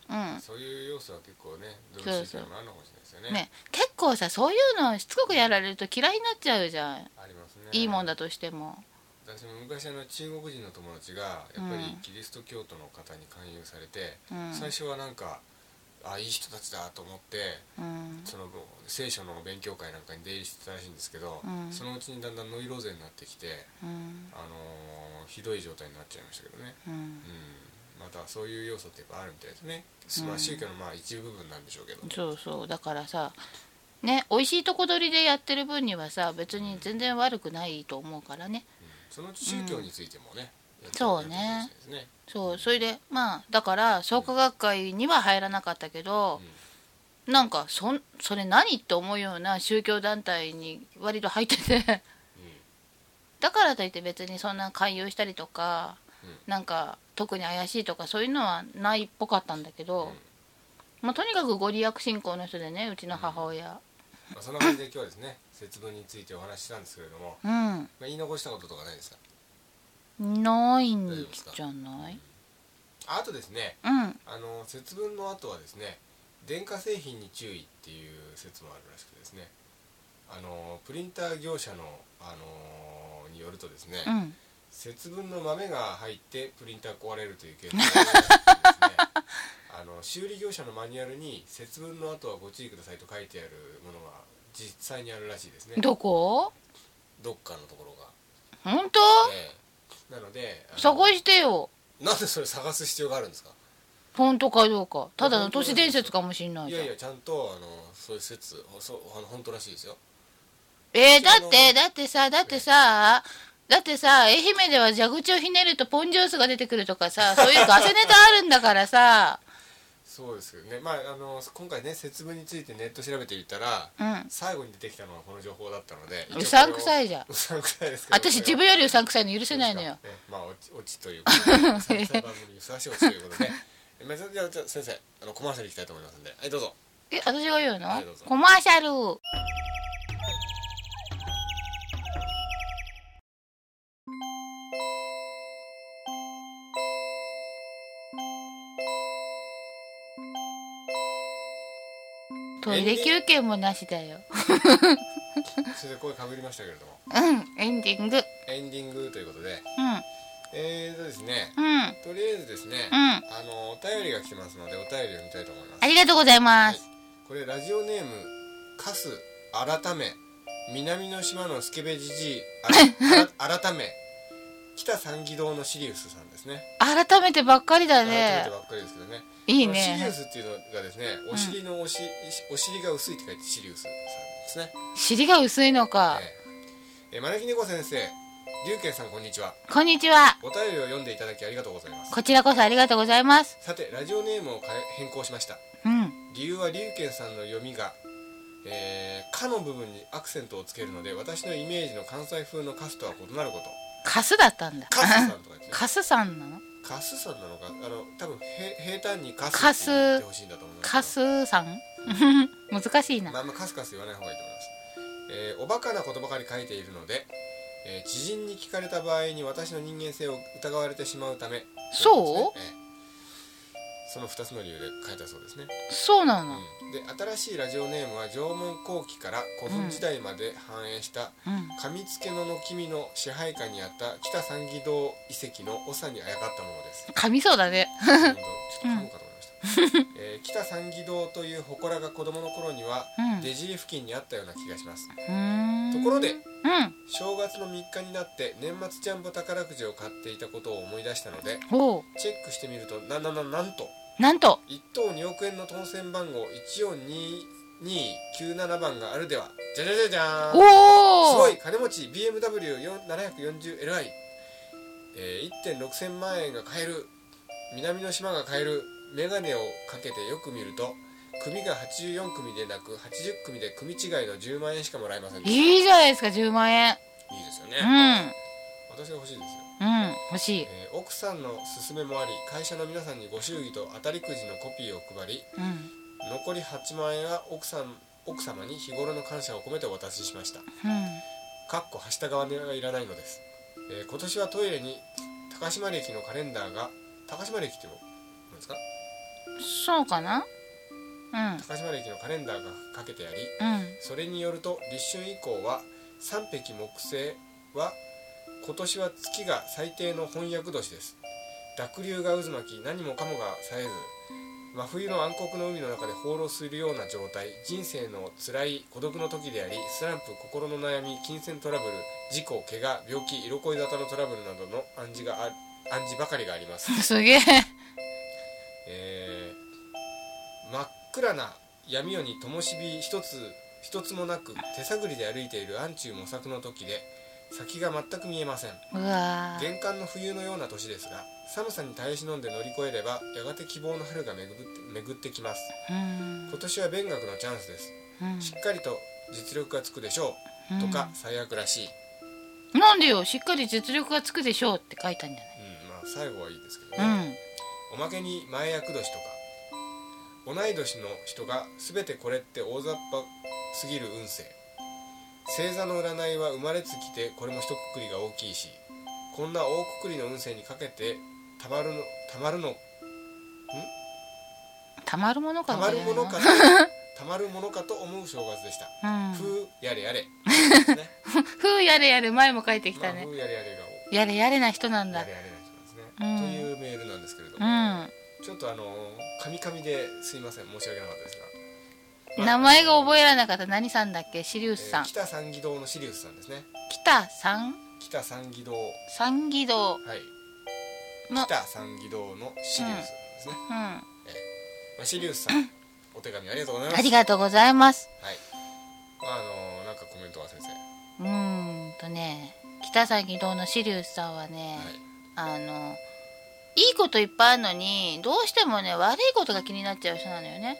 うんそういう要素は結構ねどそうのそう宗教もあるのかもしれないですよねね、結構さそういうのしつこくやられると嫌いになっちゃうじゃんありますねいいもんだとしても。私も昔あの中国人の友達がやっぱりキリスト教徒の方に勧誘されて、うん最初はなんかあいい人たちだと思ってうんその聖書の勉強会なんかに出入りしてたらしいんですけど、うんそのうちにだんだんノイローゼになってきて、うんあのーひどい状態になっちゃいましたけどね、うんうん、またそういう要素ってやっぱあるみたいですね、まあ宗教のまあ一部分なんでしょうけど、そうそうだからさね美味しいとこ取りでやってる分にはさ別に全然悪くないと思うからねそのうち宗教についてもね、やってそうねやっていきたいですねそうそれでまあだから創価学会には入らなかったけど、なんかそんそれ何って思うような宗教団体に割と入ってて だからといって別にそんな勧誘したりとか、うなんか特に怪しいとかそういうのはないっぽかったんだけど、まあ、とにかくご利益信仰の人でねうちの母親うんまあ、そんな感じで今日はですね節分についてお話ししたんですけれども、うんまあ、言い残したこととかないですかないんじゃないあとですねうんあの節分の後はですね電化製品に注意っていう説もあるらしくてですねあのプリンター業者の、あのによるとですね、うん節分の豆が入ってプリンター壊れるという経験がありま してですねあの修理業者のマニュアルに節分の後はご注意くださいと書いてあるものが実際にあるらしいですねどこどっかのところが、本当ええなのであの探してよなんでそれ探す必要があるんですか本当かどうかただの都市伝説かもしんないいじやゃんいやちゃんとあのそういう説そうあの本当らしいですよえー、だってだってさだってさだってさ愛媛では蛇口をひねるとポンジュースが出てくるとかさそういうガセネタあるんだからさそうですけどねまああの今回ね節分についてネット調べてみたらうん最後に出てきたのがこの情報だったのでうさんくさいいじゃん うさんくさいですけど私自分よりうさんくさいの許せないのよそうですかええまあ落ち落ちと いうことで佐々木さん番組にふさわしい落ちということでまあじゃあじゃあじゃあ先生あのコマーシャルいきたいと思いますんではいどうぞえ私が言うの、はいどうぞコマーシャルトイレ休憩もなしだよそれで声かぶりましたけれどもうんエンディングエンディングということでうえーとですねんうんとりあえずですね、うんあのお便りが来てますのでお便りを見たいと思いますありがとうございまはすいこれラジオネームカス改め南の島のスケベジジイ あら改め北三義堂のシリウスさんですね改めてばっかりだ改めねてばっかりですけどねいいシリウねスっていうのがですねお尻のおし、お尻が薄いって書いてシリウスさんですね尻が薄いのかえーえー招き猫先生龍拳さんこんにちはこんにちはお便りを読んでいただきありがとうございますこちらこそありがとうございますさてラジオネームを変え変更しましたうん理由は龍拳さんの読みが「えー、か」の部分にアクセントをつけるので私のイメージの関西風の「カス」とは異なることカスだったんだ「カスさん」とか 言って、ね、カスさんなのカスさんなのかあの多分へ平坦に「カス」カっスて言ってほしいんだと思いますけどカスさん 難しいまあなあんまカスカス言わない方がいいと思います、えーおバカなことばかり書いているので、えー知人に聞かれた場合に私の人間性を疑われてしまうためそうといことですねええその2つの理由で書いたそうですねそうなので新しいラジオネームは縄文後期から古墳時代まで繁栄したうん上付の軒見の支配下にあった北三義堂遺跡の長にあやかったものです噛みそうだねちょっと噛もうかと思いました、えー北三義堂という祠が子供の頃にはうん出尻付近にあったような気がしますうーんところでうん正月の3日になって年末ジャンボ宝くじを買っていたことを思い出したのでおうチェックしてみるとななななんとなんと1等2億円の当選番号142297番があるではじゃじゃじゃじゃーんおすおごい金持ち BMW740Li、えー、1.6千万円が買える南の島が買える眼鏡をかけてよく見ると組が84組でなく80組で組違いの10万円しかもらえませんでしたいいいじゃないですか10万円いですようねん私が欲しいですよ、うん欲しいえー奥さんの勧めもあり会社の皆さんにご祝儀と当たりくじのコピーを配りうん残り8万円は奥さん奥様に日頃の感謝を込めてお渡ししましたうんかっこはした側はいらないのです、えー今年はトイレに高島歴のカレンダーが高島歴ってもなんですかそうかなうん高島歴のカレンダーがかけてありうんそれによると立春以降は三匹木星は今年は月が最低の翻訳年です濁流が渦巻き何もかもが冴えず真冬の暗黒の海の中で放浪するような状態人生の辛い孤独の時でありスランプ心の悩み金銭トラブル事故怪我病気色恋沙汰のトラブルなどの暗示があ暗示ばかりがあります すげええー真っ暗な闇夜に灯火一つ一つもなく手探りで歩いている暗中模索の時で先が全く見えませんうわー玄関の冬のような年ですが寒さに耐え忍んで乗り越えればやがて希望の春が巡って巡ってきますうん今年は勉学のチャンスですうんしっかりと実力がつくでしょうとか最悪らしい、うんうんなんでよしっかり実力がつくでしょうって書いたんじまあ最後はいいですけどゃね、ないおまけに前役年とか同い年の人が全てこれって大雑把すぎる運勢星座の占いは生まれつきでこれも一括りが大きいしこんな大括りの運勢にかけてたまるのたまるのうんたまるものかたなまるものこかれとたまるものかと思う正月でした「はうんふうやれやれ」ねふうやれやれ前も書いてきまあたねふうやれやれがやれやれな人なんやだれやれな人なんですね、うといんうメールなんですけれどうも、んちょっとあのカミカミですいません申し訳なかったですが名前が覚えられなかった何さんだっけシリウスさんえー北三義堂のシリウスさんですね北さん北三義堂は三義堂いの北三義堂のシリウスですね、うんあまあ、シリウスさんお手紙ありがとうございますりがとうございますはいあのーなんかコメントは先生、うーんとね北崎堂のシリウスさんはね、はいあのいいこといっぱいあるのにどうしてもね悪いことが気になっちゃう人なのよね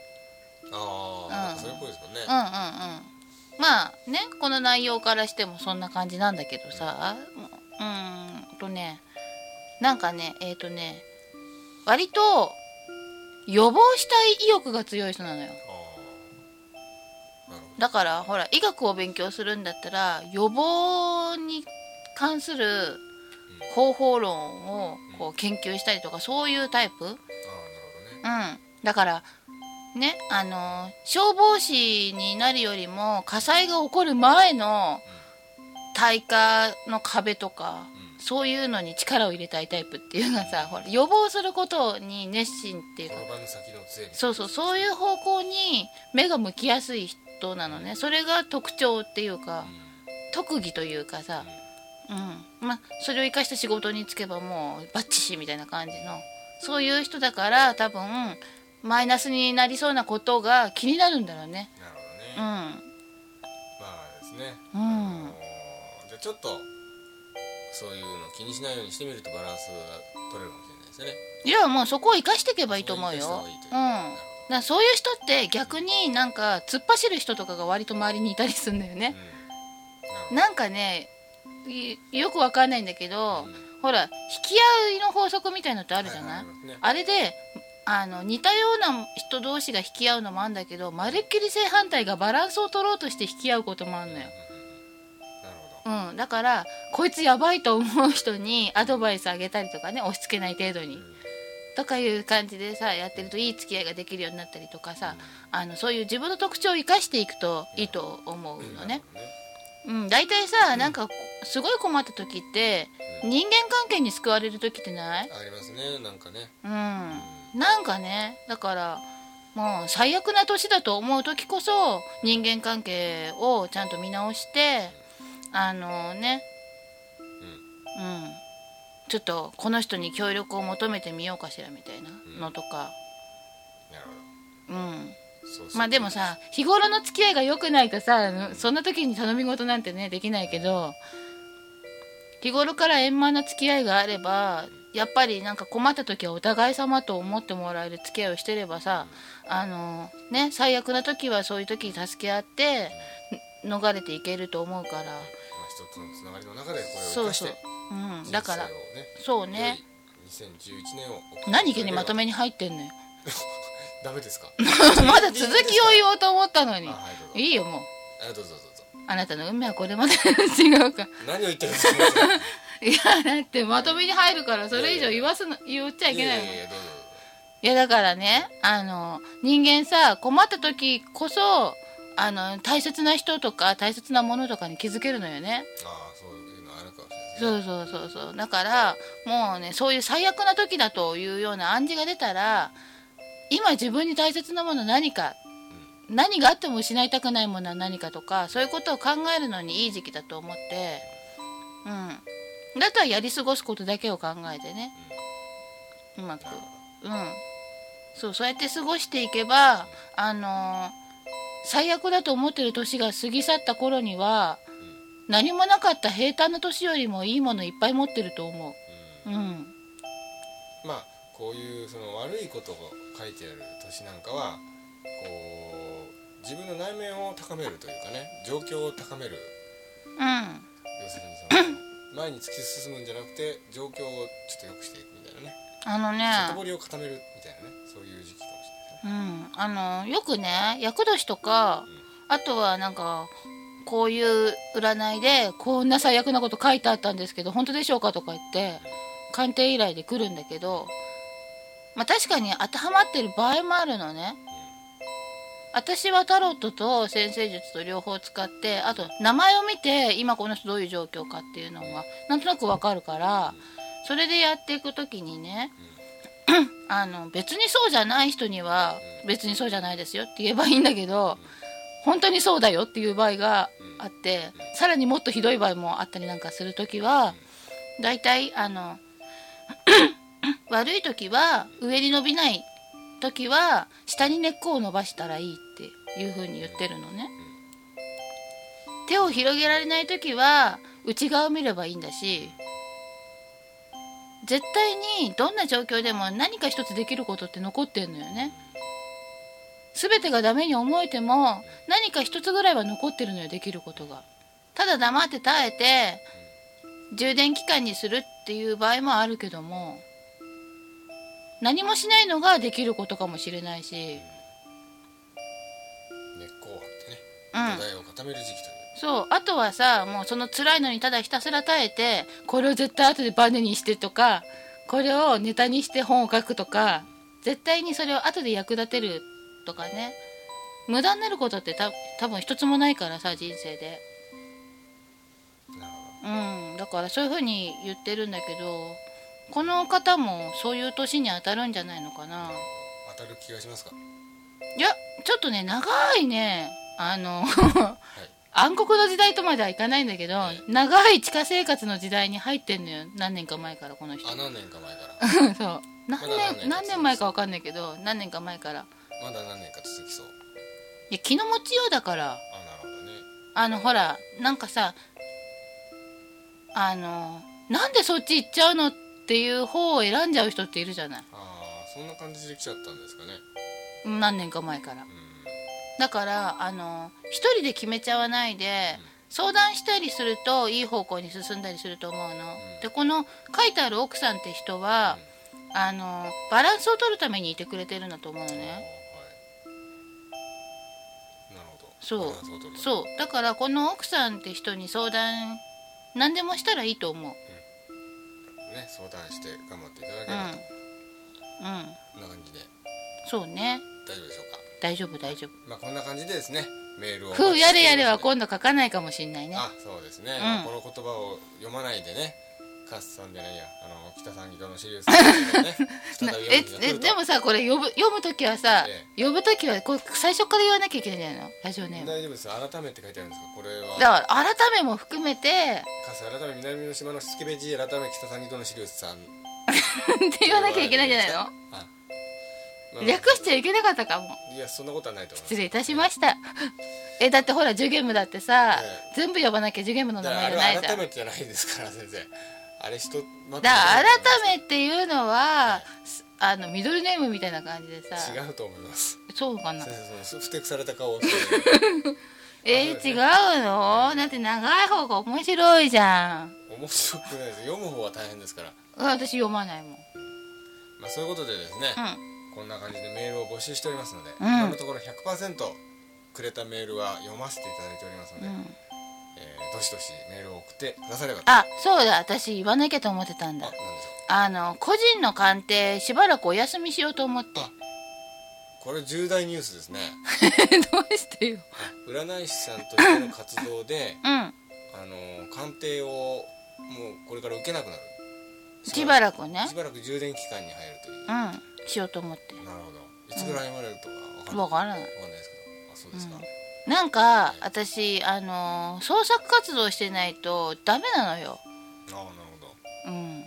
あうんあ、なんかそういう声ですもんね、うんうんうんまあねこの内容からしてもそんな感じなんだけどさうーんとねなんかねえっ、とね割と予防したい意欲が強い人なのよああなるほだからほら医学を勉強するんだったら予防に関する方法論をこう研究したりとかそういうタイプ、うん、どああなるほどねだからねあの消防士になるよりも火災が起こる前の耐火の壁とか、うんそういうのに力を入れたいタイプっていうのがさほら予防することに熱心っていうか転ばぬ先の杖みたいなそうそうそういう方向に目が向きやすい人なのねそれが特徴っていうかうん特技というかさ、うんまあ、それを生かした仕事に就けばもうバッチシみたいな感じのそういう人だから多分マイナスになりそうなことが気になるんだろうね。なるほどね、うん、まはあですね、うんあのーじゃあちょっとそういうの気にしないようにしてみるとバランスが取れるかもしれないですねいやもうそこを生かしていけばいいと思うよ。そこをう生かしんた方がいいというだからそういう人って逆になんか突っ走る人とかが割と周りにいたりするんだよね。うんなるなんかねいよくわかんないんだけど、うんほら引き合いの法則みたいのってあるじゃない、ほどはいはいはいあれであの似たような人同士が引き合うのもあるんだけどまるっきり正反対がバランスを取ろうとして引き合うこともあるのなよ、るほどうん、だからこいつやばいと思う人に アドバイスあげたりとかね押し付けない程度にうんとかいう感じでさやってるといい付き合いができるようになったりとかさあのそういう自分の特徴を生かしていくといいと思うのね、うん、大体さなんかすごい困った時ってうん人間関係に救われる時ってないありますねなんかねうんなんかねだからもう最悪な年だと思う時こそ人間関係をちゃんと見直してあのねうんちょっとこの人に協力を求めてみようかしらみたいなのとかなるほうんどそうそうまあでもさ日頃の付き合いが良くないとさあのそんな時に頼み事なんてねできないけど日頃から円満な付き合いがあればやっぱりなんか困った時はお互い様と思ってもらえる付き合いをしてればさあのね最悪な時はそういう時に助け合ってん逃れていけると思うからまあ一つのつながりの中でこれを生そうかしそうて、うん、だから人生をねそうね良い2011年を送って何気にまといめに入ってんのよただければダメですか まだ続きを言おうと思ったのにあはいどうぞいいよもうあどうぞどうぞあなたの運命はこれまで違うか 何を言ってるんですかいやだってまとめに入るからそれ以上言わすの言っちゃいけないもんややいやどうぞやだからねあの人間さ困った時こそあの大切な人とか大切なものとかに気づけるのよねどうぞああそういうのあるかもしれないですねそうそうそうそうだからもうねそういう最悪な時だというような暗示が出たら今自分に大切なもの何か何があっても失いたくないものは何かとかそういうことを考えるのにいい時期だと思ってうんだとはやり過ごすことだけを考えてねうまくなるほうんそうそうやって過ごしていけばあのー最悪だと思ってる年が過ぎ去った頃には何もなかった平坦な年よりもいいものいっぱい持ってると思どうんううんまあこういうその悪いことを書いてある年なんかはこう自分の内面を高めるというかね状況を高めるうん要するにその 前に突き進むんじゃなくて状況をちょっと良くしていくみたいなねあの外ね堀を固めるみたいなねそういう時期かもしれないねうんあのよくね厄年とかうんあとはなんかこういう占いでこんな最悪なこと書いてあったんですけど本当でしょうかとか言って鑑定依頼で来るんだけどまあ確かに当てはまってる場合もあるのね私はタロットと先生術と両方使ってあと名前を見て今この人どういう状況かっていうのがなんとなくわかるからそれでやっていく時にねあの別にそうじゃない人には別にそうじゃないですよって言えばいいんだけど本当にそうだよっていう場合があってさらにもっとひどい場合もあったりなんかする時は大体あの悪い時は上に伸びない時は下に根っこを伸ばしたらいいっていうふうに言ってるのね。手を広げられない時は内側を見ればいいんだし絶対にどんな状況でも何か一つできることって残ってんのよね。全てがダメに思えても何か一つぐらいは残ってるのよできることがただ黙って耐えて充電期間にするっていう場合もあるけども何もしないのができることかもしれないしうん根っこを張ってねうん土台を固める時期というそうあとはさもうその辛いのにただひたすら耐えてこれを絶対後でバネにしてとかこれをネタにして本を書くとか絶対にそれを後で役立てるとかね無駄になることってた多分一つもないからさ人生でなるほうんだからそういうふうに言ってるんだけどこの方もそういう年に当たるんじゃないのかなど当たる気がしますかいやちょっとね長いねあのはい暗黒の時代とまではいかないんだけどはい長い地下生活の時代に入ってんのよ何年か前からこの人あ何年か前からそうだ何何年か年何年前かわかんないけど何年か前からまだ何年か続きそういや気の持ちようだからあなるほどねあのほらなんかさあのなんでそっち行っちゃうのっていう方を選んじゃう人っているじゃないああそんな感じで来ちゃったんですかね何年か前からうんだからあの一人で決めちゃわないで相談したりするといい方向に進んだりすると思うの、んでこの書いてある奥さんって人は、あのバランスを取るためにいてくれてるんだと思うのあーね、はいなるほどそうバランスを取るうそうだからこの奥さんって人に相談何でもしたらいいと思うね相談して頑張っていただけうれんばうんこんな感じでそうね大丈夫でしょうか大丈夫大丈夫まあこんな感じでですねメールをふうやれやれはこ今度書かないかもしんないねあそうですね、うんこの言葉を読まないでねカスさんじゃないやあの北さんギトのシリウスさんね再 なび読むえ日が来えるとでもさこれ読む読む時はさ、え呼ぶ時はこれ最初から言わなきゃいけないんじゃないのラジオネーム大丈夫です改めって書いてあるんですかこれだはから改めも含 めてカス改め南の島のスケベジ改め北さんギトのシリウスさんって言わなきゃいけないんじゃないのあ、まあ略しちゃいけなかったかもいやそんなことはないと思います失礼いたしましたえだってほらジュゲームだってさ、え全部呼ばなきゃジュゲームのだ名からあ前じれゃないはじゃ改んめてじゃないですから先生あれ人まだからめ改めっていうのはえ、すあのミドルネームみたいな感じでさ違うと思いますそうかな先生そのふてくされた顔をしてえそうー、ですね違うのだって長い方が面白いじゃん面白くないです読む方は大変ですからあ私読まないもんまあそういうことでですね、うこんな感じでメールを募集しておりますので、うん今のところ100%くれたメールは読ませていただいておりますので、ん、うえん、ーどしどしメールを送ってくださればとあそうだ私言わなきゃと思ってたんあなだんでしょうあの個人の鑑定しばらくお休みしようと思って これ重大ニュースですねどうしてよ占い師さんとしての活動でうんあのー鑑定をもうこれから受けなくなるしばらくねしばらく充電期間に入るというう、んしようと思ってなるほどいつぐらいまでとかわかんないわからないわかんないですけどあそうですか、うんなんかええ私あのー創作活動してないとダメなのよああなるほどうん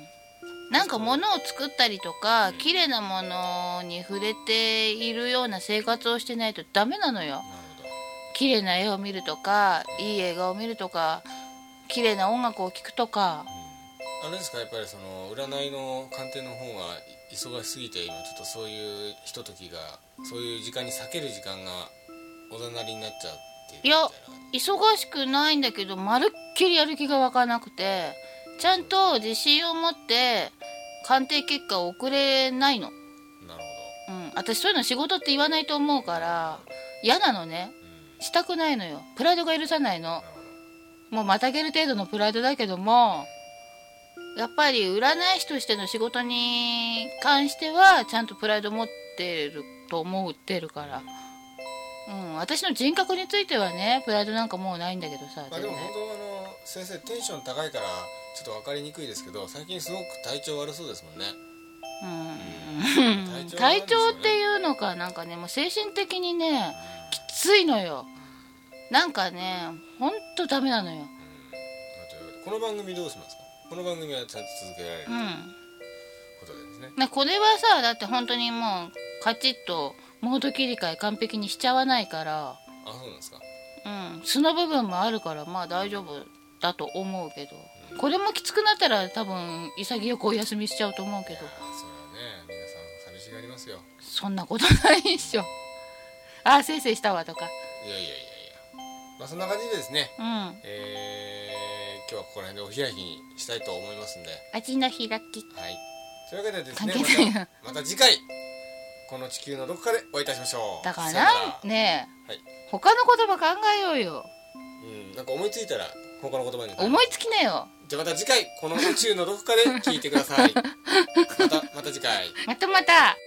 なんか物を作ったりとかうん綺麗なものに触れているような生活をしてないとダメなのなよるほど綺麗な絵を見るとかいい映画を見るとか綺麗な音楽を聴くとかあれですかやっぱりその占いの鑑定の方が忙しすぎて今ちょっとそういうひとときがそういう時間に避ける時間がおざなりになっちゃってるみたいな感忙しくないんだけどまるっきりやる気が湧かなくてちゃんと自信を持って鑑定結果を送れないの、じなるほうん、私そういうの仕事って言わないと思うから嫌なのねど、うん、したくないのよプライドが許さないのなるほどもうまたげる程度のプライドだけどもやっぱり占い師としての仕事に関してはちゃんとプライド持ってると思ってるから、うん、私の人格についてはねプライドなんかもうないんだけどさまあ、でも本当はあの先生テンション高いからちょっと分かりにくいですけど最近すごく体調悪そうですもんねうんうん体調っていうのかなんかねもう精神的にねきついのよなんかねほんとダメなのよこの番組どうしますかこの番組はちゃんと続けられるうんことでですね、なこれはさだって本当にもうカチッとモード切り替え完璧にしちゃわないから、あそうなんですかうん、素の部分もあるからまあ大丈夫だと思うけどこれもきつくなったら多分潔くお休みしちゃうと思うけどいやーそれはね皆さん寂しがりますよそんなことないっしょあーせいせいしたわとかいやいやいやいやまあそんな感じでですねうんあえー、今日はここら辺でお開きにしたいと思いますんでちの開きはいというわけでです関ね係ないなまたまた次回この地球のどこかでお会いいたしましょうだからさよなんなねえ、はい他の言葉考えようよらうんなんか思いついたら他の言葉に思いつきなよじゃあまた 次回この宇宙のどこかで聞いてくださいまたまた次回またまた